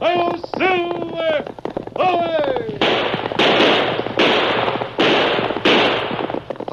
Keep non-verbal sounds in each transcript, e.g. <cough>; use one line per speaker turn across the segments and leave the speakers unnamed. Oh, silver! Away!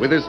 With his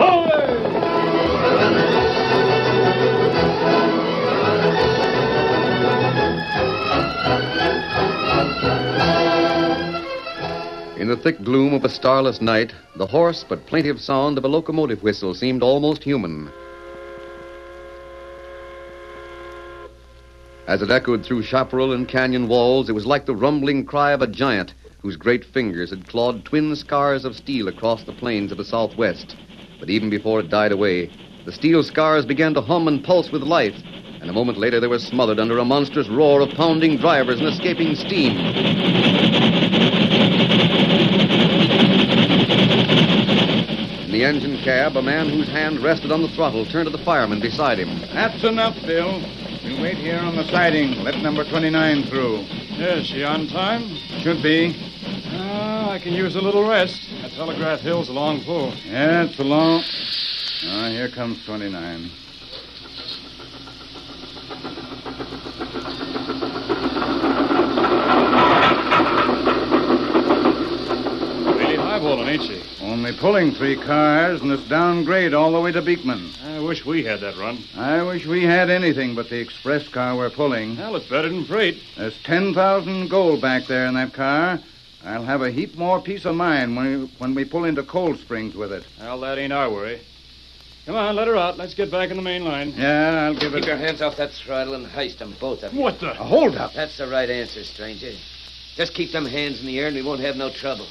Away!
In the thick gloom of a starless night, the hoarse but plaintive sound of a locomotive whistle seemed almost human. As it echoed through chaparral and canyon walls, it was like the rumbling cry of a giant whose great fingers had clawed twin scars of steel across the plains of the southwest. But even before it died away, the steel scars began to hum and pulse with life, and a moment later they were smothered under a monstrous roar of pounding drivers and escaping steam. In the engine cab, a man whose hand rested on the throttle turned to the fireman beside him.
That's enough, Bill. You wait here on the siding. Let number 29 through.
Is she on time?
Should be.
Ah, I can use a little rest. That Telegraph Hill's a long pull.
Yeah, it's a long. Ah, here comes 29.
Really highballing, ain't she?
Only pulling three cars, and it's downgrade all the way to Beekman.
I wish we had that run.
I wish we had anything but the express car we're pulling.
Well, it's better than freight.
There's 10,000 gold back there in that car. I'll have a heap more peace of mind when we, when we pull into Cold Springs with it.
Well, that ain't our worry. Come on, let her out. Let's get back in the main line.
Yeah, I'll give it.
Keep your hands off that throttle and heist them, both of you.
What the?
A holdup.
That's the right answer, stranger. Just keep them hands in the air and we won't have no trouble.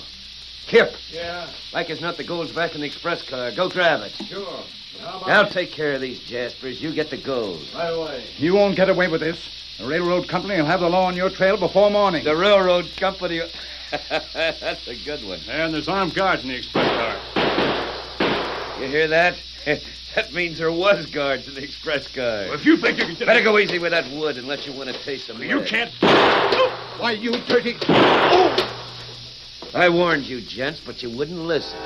Kip,
Yeah.
like as not, the gold's back in the express car. Go grab it.
Sure. How
I'll take care of these Jaspers. You get the gold.
By the way.
You won't get away with this. The railroad company will have the law on your trail before morning.
The railroad company. <laughs> That's a good one.
And there's armed guards in the express car.
You hear that? <laughs> that means there was guards in the express car.
If you think you can get
Better go easy with that wood unless you want to taste them.
You can't.
Why, you dirty.
I warned you, gents, but you wouldn't listen.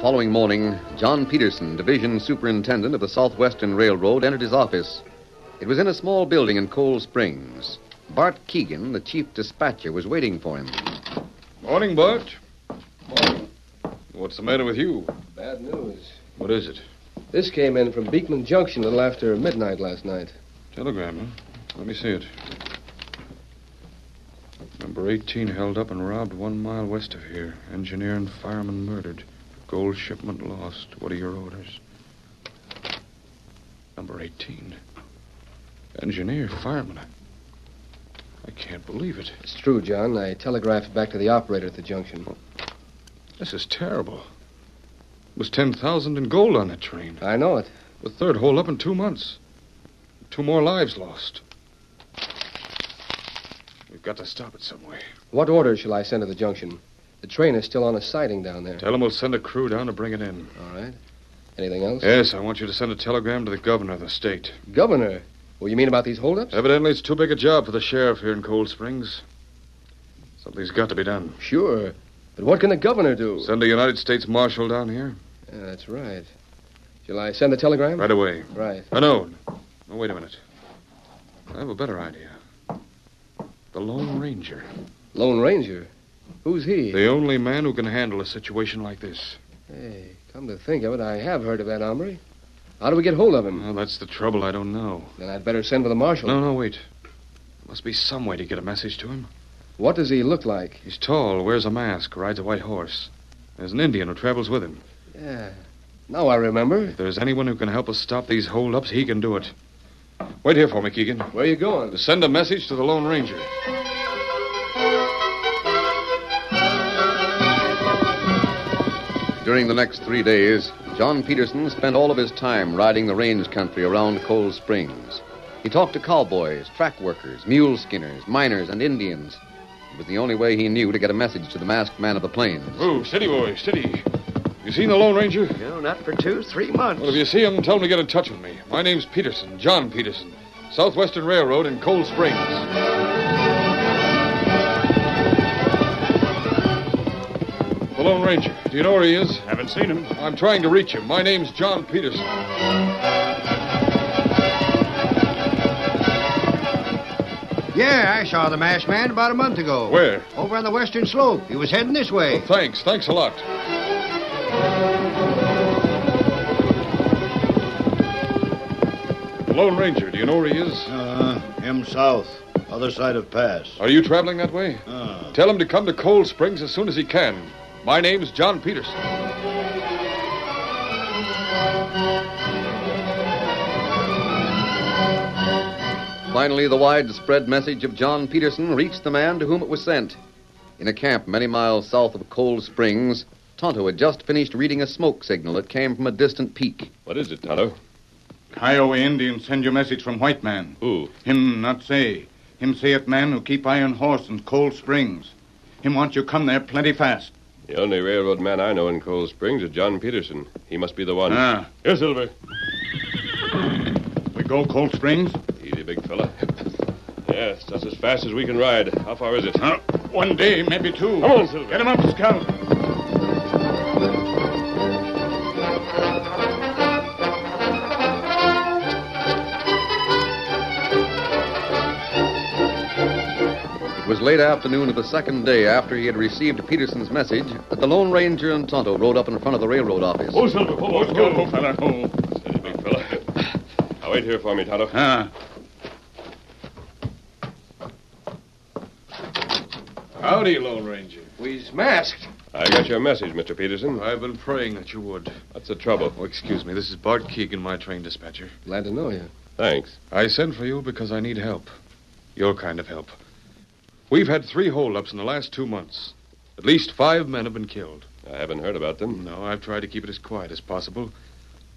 following morning, John Peterson, division superintendent of the Southwestern Railroad, entered his office. It was in a small building in Cold Springs. Bart Keegan, the chief dispatcher, was waiting for him.
Morning, Bart. Morning. What's the matter with you?
Bad news.
What is it?
This came in from Beekman Junction a little after midnight last night.
Telegram, huh? Let me see it. Number 18 held up and robbed one mile west of here. Engineer and fireman murdered. Gold shipment lost. What are your orders? Number 18. Engineer, fireman. I can't believe it.
It's true, John. I telegraphed back to the operator at the junction.
This is terrible. It was 10,000 in gold on that train.
I know it.
The third hole up in two months. Two more lives lost. We've got to stop it some way.
What order shall I send to the junction? The train is still on a siding down there.
Tell them we'll send a crew down to bring it in.
All right. Anything else?
Yes, I want you to send a telegram to the governor of the state.
Governor. Well, you mean about these holdups?
Evidently, it's too big a job for the sheriff here in Cold Springs. Something's got to be done.
Sure. But what can the governor do?
Send a United States Marshal down here?
Yeah, that's right. Shall I send a telegram?
Right away.
Right.
Oh, no. No, wait a minute. I have a better idea. The Lone Ranger.
Lone Ranger. Who's he?
The only man who can handle a situation like this.
Hey, come to think of it, I have heard of that hombre. How do we get hold of him?
Well, that's the trouble. I don't know.
Then I'd better send for the marshal.
Uh-huh. No, no, wait. There must be some way to get a message to him.
What does he look like?
He's tall, wears a mask, rides a white horse. There's an Indian who travels with him.
Yeah. Now I remember.
If there's anyone who can help us stop these holdups, he can do it. Wait here for me, Keegan.
Where are you going?
To send a message to the Lone Ranger.
During the next three days, John Peterson spent all of his time riding the range country around Cold Springs. He talked to cowboys, track workers, mule skinners, miners, and Indians. It was the only way he knew to get a message to the masked man of the plains.
Oh, steady, boy, steady. You seen the Lone Ranger?
No, not for two, three months.
Well, if you see him, tell him to get in touch with me. My name's Peterson, John Peterson, Southwestern Railroad in Cold Springs. The Lone Ranger. Do you know where he is?
Haven't seen him.
I'm trying to reach him. My name's John Peterson.
Yeah, I saw the masked man about a month ago.
Where?
Over on the western slope. He was heading this way.
Thanks. Thanks a lot. The Lone Ranger. Do you know where he is?
Uh, him south, other side of pass.
Are you traveling that way?
Uh,
Tell him to come to Cold Springs as soon as he can. My name's John Peterson.
Finally, the widespread message of John Peterson reached the man to whom it was sent. In a camp many miles south of Cold Springs, Tonto had just finished reading a smoke signal that came from a distant peak.
What is it, Tonto?
Kiowa Indians send you message from white man.
Who?
Him not say. Him say it man who keep iron horse in Cold Springs. Him want you come there plenty fast.
The only railroad man I know in Cold Springs is John Peterson. He must be the one.
Ah,
Here, Silver.
we go Cold Springs?
Easy, big fella. <laughs> Yes, that's as fast as we can ride. How far is it?
Uh, one day, maybe two.
Come on, Silver.
Get him up, Scout.
It was late afternoon of the second day after he had received Peterson's message that the Lone Ranger and Tonto rode up in front of the railroad office.
Oh, Silver, hold on.
Go, old fella, ho.
Steady, big fella. Now, wait here for me, Tonto.
Ah.
Howdy, Lone Ranger.
We's masked.
I got your message, Mr. Peterson.
I've been praying that you would.
What's the trouble?
Oh, excuse me. This is Bart Keegan, my train dispatcher.
Glad to know you.
Thanks.
I sent for you because I need help. Your kind of help. We've had three holdups in the last two months. At least five men have been killed.
I haven't heard about them.
No, I've tried to keep it as quiet as possible.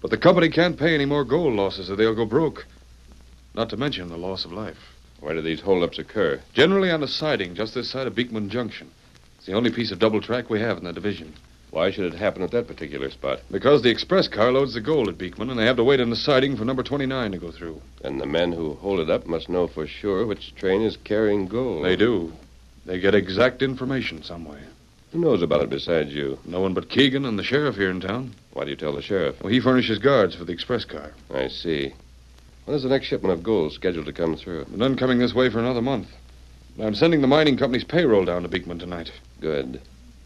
But the company can't pay any more gold losses or they'll go broke. Not to mention the loss of life.
Where do these holdups occur?
Generally on a siding just this side of Beekman Junction. It's the only piece of double track we have in the division.
Why should it happen at that particular spot?
Because the express car loads the gold at Beekman, and they have to wait on the siding for number 29 to go through.
And the men who hold it up must know for sure which train is carrying gold.
They do. They get exact information some way.
Who knows about it besides you?
No one but Keegan and the sheriff here in town.
Why do you tell the sheriff?
Well, he furnishes guards for the express car.
I see. When is the next shipment of gold scheduled to come through?
But none coming this way for another month. I'm sending the mining company's payroll down to Beekman tonight.
Good.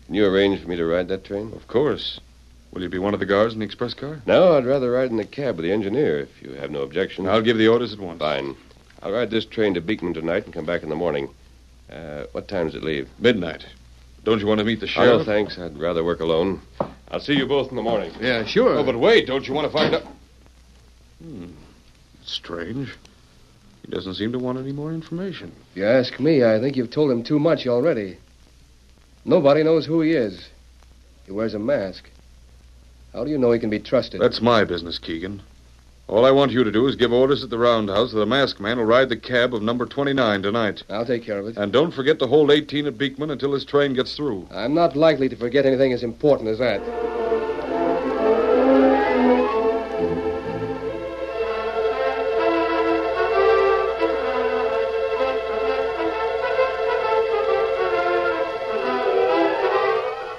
Can you arrange for me to ride that train?
Of course. Will you be one of the guards in the express car?
No, I'd rather ride in the cab with the engineer, if you have no
Mm.
objection.
I'll give the orders at once.
Fine. I'll ride this train to Beekman tonight and come back in the morning. Uh, what time does it leave?
Midnight. Don't you want to meet the
Oh,
sheriff?
no, thanks. I'd rather work alone. I'll see you both in the morning.
Yeah, sure.
Oh, but wait. Don't you want to find out? Hmm. Strange. He doesn't seem to want any more information.
If you ask me, I think you've told him too much already. Nobody knows who he is. He wears a mask. How do you know he can be trusted?
That's my business, Keegan. All I want you to do is give orders at the roundhouse that the masked man will ride the cab of number 29 tonight.
I'll take care of it.
And don't forget to hold 18 at Beekman until his train gets through.
I'm not likely to forget anything as important as that.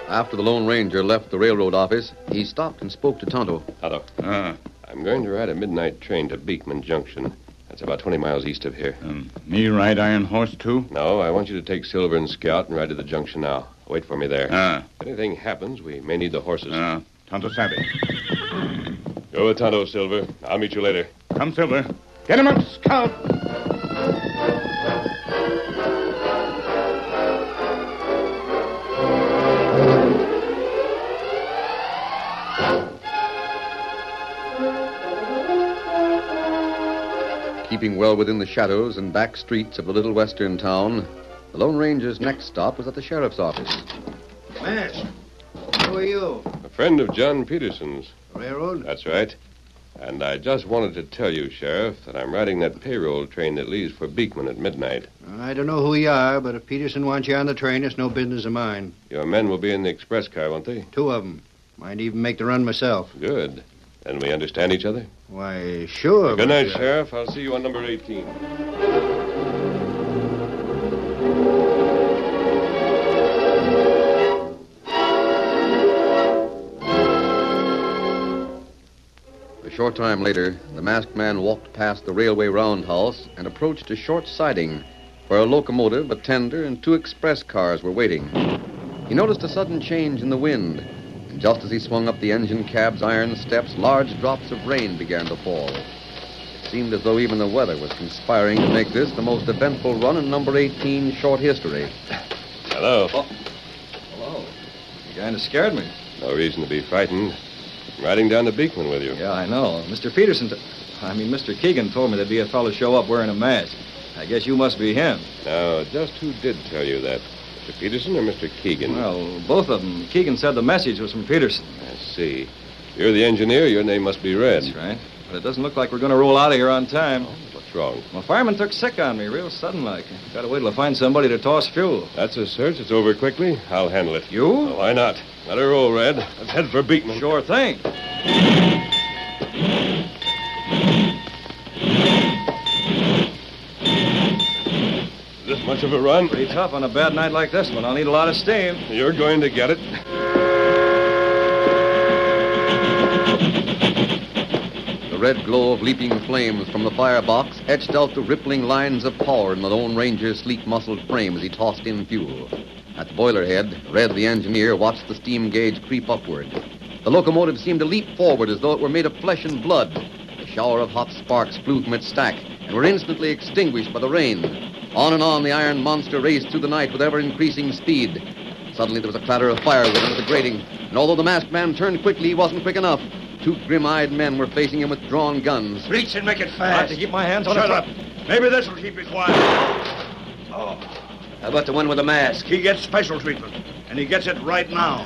After the Lone Ranger left the railroad office, he stopped and spoke to Tonto.
Otto,
Ah,
I'm going to ride a midnight train to Beekman Junction. That's about 20 miles east of here.
um, me ride Iron Horse, too?
No, I want you to take Silver and Scout and ride to the junction now. Wait for me there.
Ah,
If anything happens, we may need the horses.
ah. Tonto Savvy.
Go with Tonto, Silver. I'll meet you later.
Come, Silver. Get him up, Scout.
Keeping well within the shadows and back streets of the little western town, the Lone Ranger's next stop was at the sheriff's office.
Mask. Who are you?
A friend of John Peterson's.
Railroad?
That's right. And I just wanted to tell you, Sheriff, that I'm riding that payroll train that leaves for Beekman at midnight.
I don't know who you are, but if Peterson wants you on the train, it's no business of mine.
Your men will be in the express car, won't they?
Two of 'em. Might even make the run myself.
Good. Then we understand each other?
Why, sure.
Good night, Sheriff. I'll see you on number 18.
A short time later, the masked man walked past the railway roundhouse and approached a short siding where a locomotive, a tender, and two express cars were waiting. He noticed a sudden change in the wind, and just as he swung up the engine cab's iron steps, large drops of rain began to fall. It seemed as though even the weather was conspiring to make this the most eventful run in number 18 short history.
<coughs> Hello.
Oh. Hello. You kind of scared me.
No reason to be frightened. I'm riding down to Beekman with you.
Yeah, I know. Mr. Peterson, t- I mean, Mr. Keegan told me there'd be a fellow show up wearing a mask. I guess you must be him.
Now, just who did tell you that? Mr. Peterson or Mr. Keegan?
Well, both of them. Keegan said the message was from Peterson.
I see. You're the engineer. Your name must be Red.
That's right. But it doesn't look like we're going to roll out of here on time.
What's wrong?
My fireman took sick on me, real sudden like. Got to wait till I find somebody to toss fuel.
That's a search. It's over quickly. I'll handle it.
You?
Oh, why not? Let her roll, Red. Let's head for Beekman.
Sure thing.
This much of a run.
Pretty tough on a bad night like this one. I'll need a lot of steam.
You're going to get it.
The red glow of leaping flames from the firebox etched out the rippling lines of power in the Lone Ranger's sleek muscled frame as he tossed in fuel. At the boiler head, Red the engineer watched the steam gauge creep upward. The locomotive seemed to leap forward as though it were made of flesh and blood. A shower of hot sparks flew from its stack and were instantly extinguished by the rain. On and on the iron monster raced through the night with ever increasing speed. Suddenly there was a clatter of firewood under the grating, and although the masked man turned quickly, he wasn't quick enough. Two grim-eyed men were facing him with drawn guns.
Reach and make it fast. I have to keep my hands on Shut up. Maybe this will keep you quiet. Oh. How about the one with the mask?
He gets special treatment, and he gets it right now.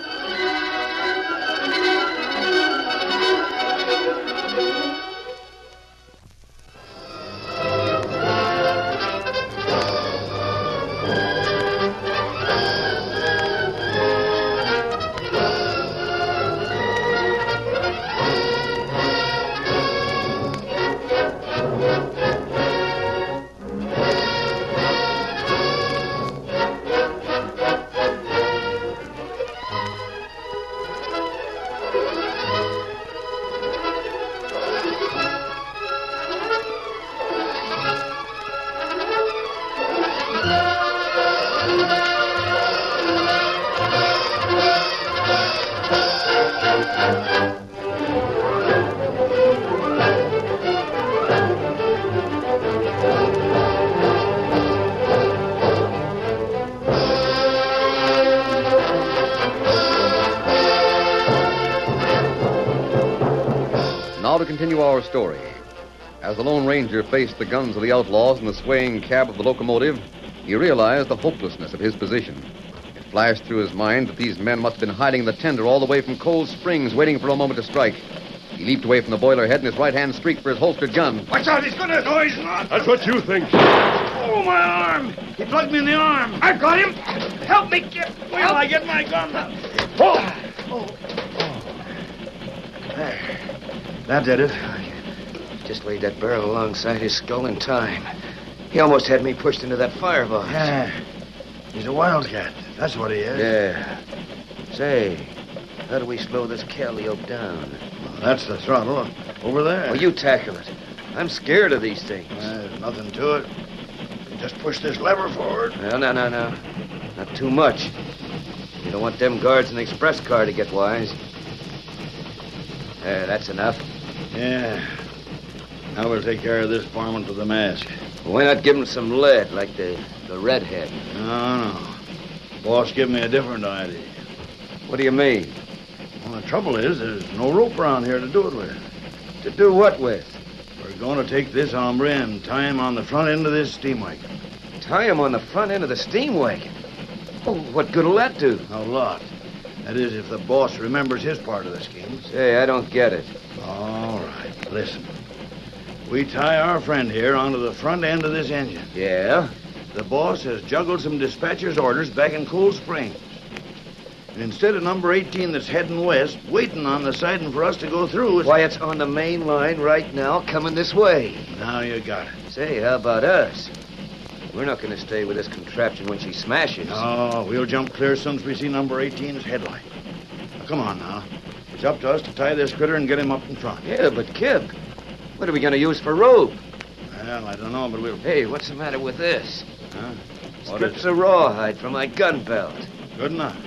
continue our story. As the Lone Ranger faced the guns of the outlaws in the swaying cab of the locomotive, he realized the hopelessness of his position. It flashed through his mind that these men must have been hiding in the tender all the way from Cold Springs, waiting for a moment to strike. He leaped away from the boiler head, and his right hand streaked for his holstered gun.
Watch out, he's gonna. No, he's not.
That's what you think.
Oh, my arm. He plugged me in the arm. I've got him. Help me get. Where will I get my gun? Oh.
That did it. I just laid that barrel alongside his skull in time. He almost had me pushed into that firebox.
Yeah. He's a wildcat. That's what he is.
Yeah. Say, how do we slow this calliope down?
That's the throttle. Over there.
Well, you tackle it. I'm scared of these things.
There's nothing to it. You just push this lever forward.
No, no, no, no. Not too much. You don't want them guards in the express car to get wise. There, that's enough.
Yeah. Now we'll take care of this varmint with the mask.
Why not give him some lead like the, the redhead?
No, no. Boss give me a different idea.
What do you mean?
Well, the trouble is, there's no rope around here to do it with.
To do what with?
We're going to take this hombre and tie him on the front end of this steam wagon.
Tie him on the front end of the steam wagon. Oh, what good'll that do?
A lot. That is, if the boss remembers his part of the scheme.
Say, I don't get it.
All right, listen. We tie our friend here onto the front end of this engine.
Yeah?
The boss has juggled some dispatcher's orders back in Cool Springs. And instead of number 18 that's heading west, waiting on the siding for us to go through, it's...
Why, it's on the main line right now, coming this way.
Now you got it.
Say, how about us? We're not going to stay with this contraption when she smashes.
No, we'll jump clear as soon as we see number 18's headlight. Now, come on now. It's up to us to tie this critter and get him up in front.
Yeah, but Kip, what are we going to use for rope?
Well, I don't know, but we'll.
Hey, what's the matter with this?
Huh? What is
Strips of rawhide from my gun belt.
it? Good enough.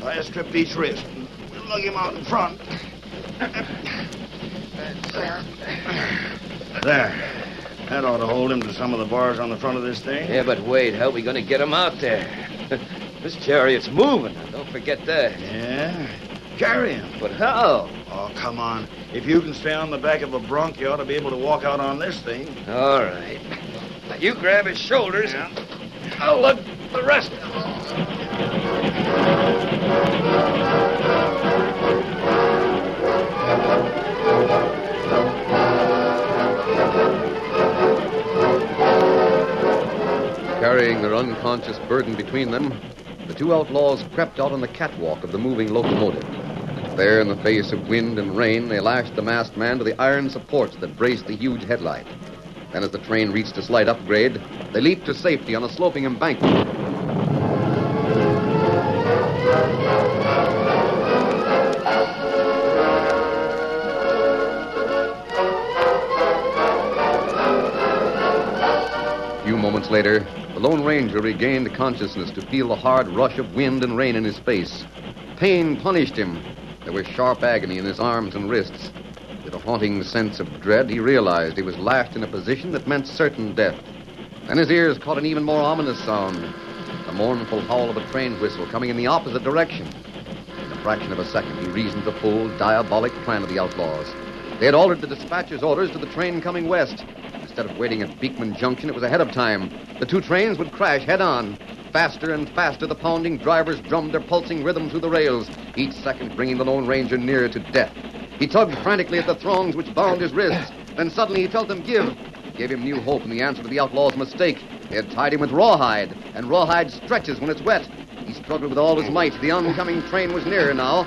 Tie a strip to each wrist. We'll lug him out in front. There. That ought to hold him to some of the bars on the front of this thing.
Yeah, but wait, how are we going to get him out there? <laughs> this chariot's moving. Now, don't forget that.
Yeah. Carry him.
But how?
Oh, come on. If you can stay on the back of a bronc, you ought to be able to walk out on this thing.
All right. Now, you grab his shoulders.
I'll lug the rest.
Carrying their unconscious burden between them, the two outlaws crept out on the catwalk of the moving locomotive. There, in the face of wind and rain, they lashed the masked man to the iron supports that braced the huge headlight. Then, as the train reached a slight upgrade, they leaped to safety on a sloping embankment. A few moments later, the Lone Ranger regained consciousness to feel the hard rush of wind and rain in his face. Pain punished him. There was sharp agony in his arms and wrists. With a haunting sense of dread, he realized he was lashed in a position that meant certain death. Then his ears caught an even more ominous sound the mournful howl of a train whistle coming in the opposite direction. In a fraction of a second, he reasoned the full, diabolic plan of the outlaws. They had altered the dispatcher's orders to the train coming west. Instead of waiting at Beekman Junction, it was ahead of time. The two trains would crash head on. Faster and faster, the pounding drivers drummed their pulsing rhythm through the rails, each second bringing the Lone Ranger nearer to death. He tugged frantically at the thongs which bound his wrists. Then suddenly he felt them give. It gave him new hope in the answer to the outlaw's mistake. They had tied him with rawhide, and rawhide stretches when it's wet. He struggled with all his might. The oncoming train was nearer now.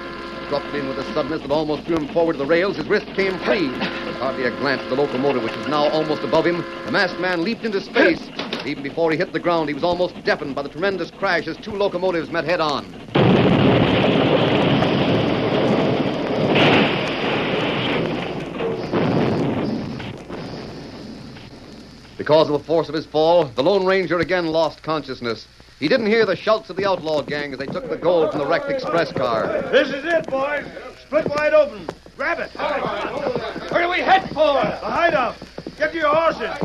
Abruptly and with a suddenness that almost threw him forward to the rails, his wrist came free. With Hardly a glance at the locomotive, which was now almost above him, the masked man leaped into space. But Even before he hit the ground, he was almost deafened by the tremendous crash as two locomotives met head on. Because of the force of his fall, the Lone Ranger again lost consciousness. He didn't hear the shouts of the outlaw gang as they took the gold from the wrecked express car.
This is it, boys. Split wide open. Grab it. Where do we head for? The hideout. Get to your horses.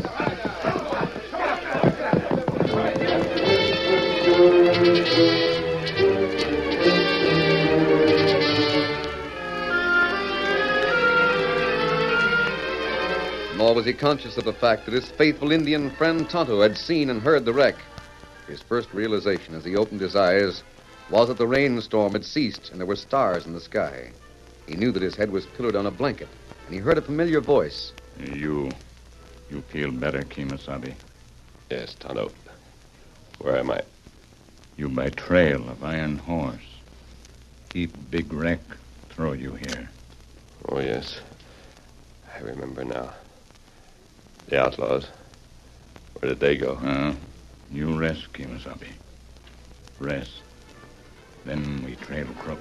nor was he conscious of the fact that his faithful Indian friend Tonto had seen and heard the wreck. His first realization as he opened his eyes was that the rainstorm had ceased and there were stars in the sky. He knew that his head was pillowed on a blanket, and he heard a familiar voice.
You. You feel better, Kimasabi?
Yes, Tonto. Where am I?
You by trail of Iron Horse. Keep big wreck throw you here.
Oh, yes. I remember now. The outlaws. Where did they go?
Uh, you rest, Kimasabi. Rest. Then we trail Crook.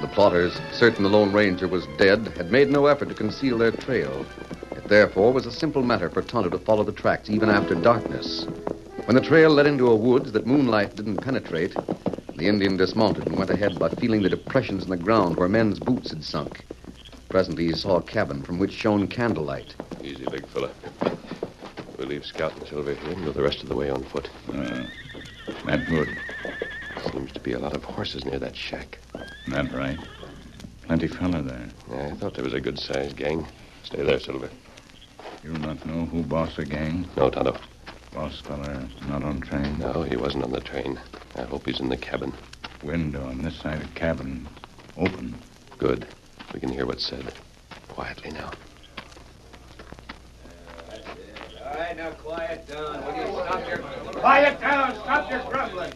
The plotters, certain the Lone Ranger was dead, had made no effort to conceal their trail. It therefore was a simple matter for Tonto to follow the tracks even after darkness. When the trail led into a woods that moonlight didn't penetrate, the Indian dismounted and went ahead by feeling the depressions in the ground where men's boots had sunk. Presently he saw a cabin from which shone candlelight.
Easy, big fella. We'll leave Scout and Silver here and go the rest of the way on foot.
that good.
Seems to be a lot of horses near that shack.
That right. Plenty fella there.
Yeah, I thought there was a good sized gang. Stay there, Silver.
You not know who boss the gang?
No, Tonto.
Boss fella not on train?
No, he wasn't on the train. I hope he's in the cabin.
Window on this side of cabin. Open.
Good. We can hear what's said. Quietly now.
All right, now quiet down. Will you stop your... Quiet down. Stop your grumbling.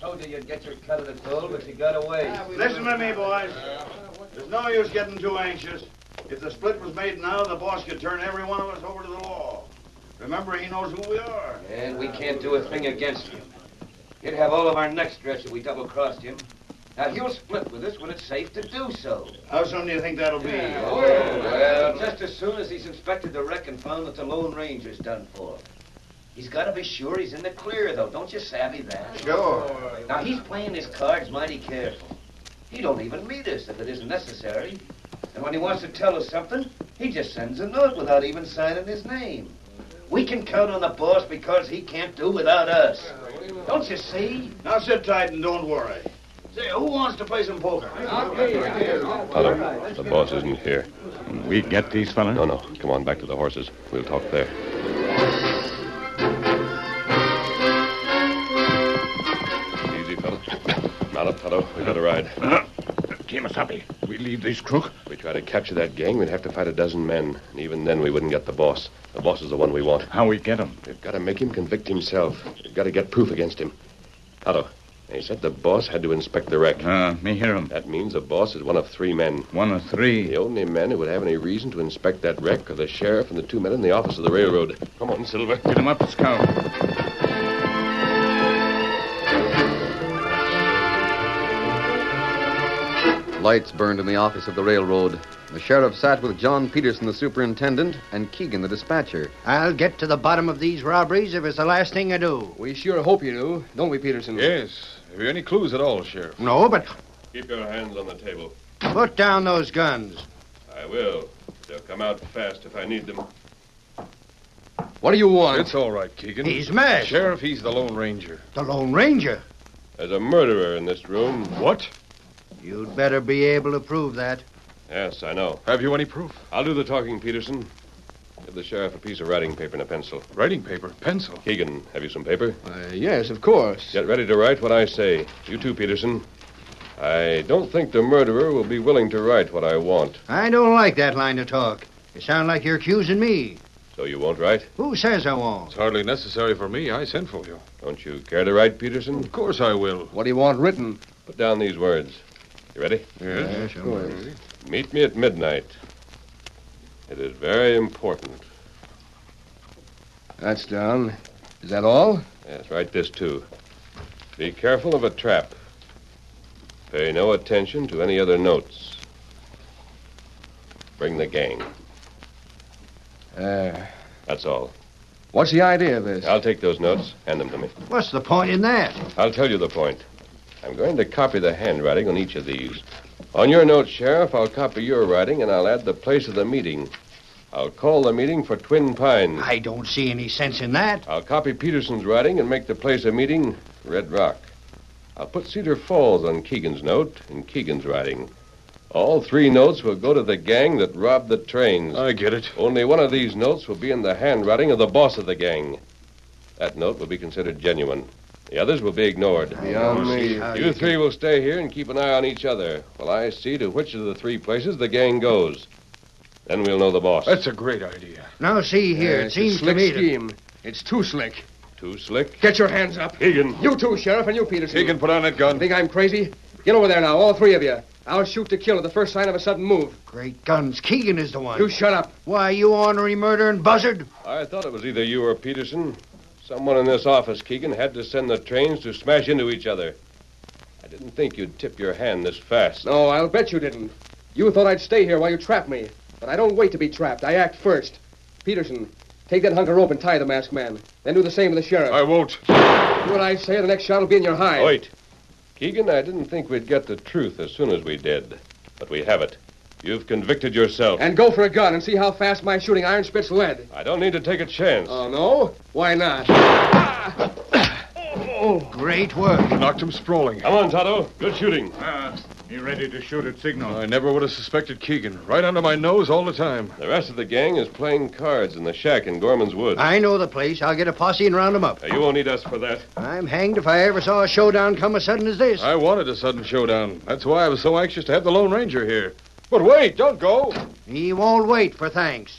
Told you you'd get your cut of the toll, but you got away.
Listen to me, boys. There's no use getting too anxious. If the split was made now, the boss could turn every one of us over to the law. Remember, he knows who we are.
And we can't do a thing against him. He'd have all of our necks stretched if we double-crossed him. Now, he'll split with us when it's safe to do so.
How soon do you think that'll be?
Oh, well, just as soon as he's inspected the wreck and found that the Lone Ranger's done for. He's got to be sure he's in the clear, though. Don't you savvy that?
Sure.
Now, he's playing his cards mighty careful. He don't even meet us if it isn't necessary. And when he wants to tell us something, he just sends a note without even signing his name. We can count on the boss because he can't do without us. Don't you see?
Now sit tight and don't worry. Say, who wants to play some poker?
Tonto, the boss isn't here.
We get these fellas?
No, no. Come on back to the horses. We'll talk there. Easy, fella. Mount up, Tonto. We gotta ride.
Kimasabi, we leave this crook?
If we try to capture that gang, we'd have to fight a dozen men, and even then we wouldn't get the boss. The boss is the one we want.
How we get him?
We've got to make him convict himself. We've got to get proof against him. Tonto, they said the boss had to inspect the wreck.
Uh, me hear him.
That means the boss is one of three men.
One of three.
The only men who would have any reason to inspect that wreck are the sheriff and the two men in the office of the railroad. Come on, Silver.
Get him up, Scout.
Lights burned in the office of the railroad. The sheriff sat with John Peterson, the superintendent, and Keegan, the dispatcher.
I'll get to the bottom of these robberies if it's the last thing I do.
We sure hope you do, don't we, Peterson?
Yes. Have you any clues at all, Sheriff?
No, but
Keep your hands on the table.
put down those guns.
I will. They'll come out fast if I need them.
What do you want?
It's all right, Keegan.
He's mad.
Sheriff, he's the Lone Ranger.
The Lone Ranger.
There's a murderer in this room.
What?
You'd better be able to prove that.
Yes, I know.
Have you any proof?
I'll do the talking, Peterson. Give the sheriff a piece of writing paper and a pencil.
Writing paper, pencil.
Keegan, have you some paper?
Uh, yes, of course.
Get ready to write what I say. You too, Peterson. I don't think the murderer will be willing to write what I want.
I don't like that line of talk. You sound like you're accusing me.
So you won't write?
Who says I won't?
It's hardly necessary for me. I sent for you.
Don't you care to write, Peterson?
Of course I will.
What do you want written? Uh,
Put down these words. You ready?
Yes.
of course.
Meet me at midnight. It is very important.
That's down. Is that all?
Yes, write this too. Be careful of a trap. Pay no attention to any other notes. Bring the gang.
Uh,
That's all.
what's the idea of this?
I'll take those notes. Hand them to me.
What's the point in that?
I'll tell you the point. I'm going to copy the handwriting on each of these. On your note, Sheriff, I'll copy your writing and I'll add the place of the meeting. I'll call the meeting for Twin Pines.
I don't see any sense in that.
I'll copy Peterson's writing and make the place of meeting Red Rock. I'll Uh, put Cedar Falls on Keegan's note and Keegan's writing. All three notes will go to the gang that robbed the trains. I get it. Only one of these notes will be in the handwriting of the boss of the gang. That note will be considered genuine. The others will be ignored.
Beyond me. how
You
you
three will stay here and keep an eye on each other while I see to which of the three places the gang goes. Then we'll know the boss. That's a great idea.
Now, see here,
Uh,
Yeah,
it
it's a
seems to
slick
me.
scheme.
It's too slick.
Too slick?
Get your hands up.
Keegan.
You too, Sheriff, and you, Peterson.
Keegan, put on that gun.
Think I'm crazy? Get over there now, all three of you. I'll shoot to kill at the first sign of a sudden move.
Great guns. Keegan is the one.
You shut up.
Why, you ornery murdering buzzard?
I thought it was either you or Peterson. Someone in this office, Keegan, had to send the trains to smash into each other. I didn't think you'd tip your hand this fast.
No, I'll bet you didn't. You thought I'd stay here while you trapped me. But I don't wait to be trapped. I act first. Peterson, take that hunk of rope and tie the masked man. Then do the same to the sheriff.
I won't.
Do what I say, or the next shot will be in your hide.
Wait. Keegan, I didn't think we'd get the truth as soon as we did. But we have it. You've convicted yourself.
And go for a gun and see how fast my shooting iron spits lead.
I don't need to take a chance.
Oh, no? Why not?
Great work.
Knocked him sprawling.
Come on, Tonto. Good shooting.
Ah,
you ready to shoot at signal? I never would have suspected Keegan. Right under my nose all the time.
The rest of the gang is playing cards in the shack in Gorman's Woods.
I know the place. I'll get a posse and round 'em up.
Now, you won't need us for that.
I'm hanged if I ever saw a showdown come as sudden as this.
I wanted a sudden showdown. That's why I was so anxious to have the Lone Ranger here. But wait, don't go.
He won't wait for thanks.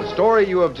The story you have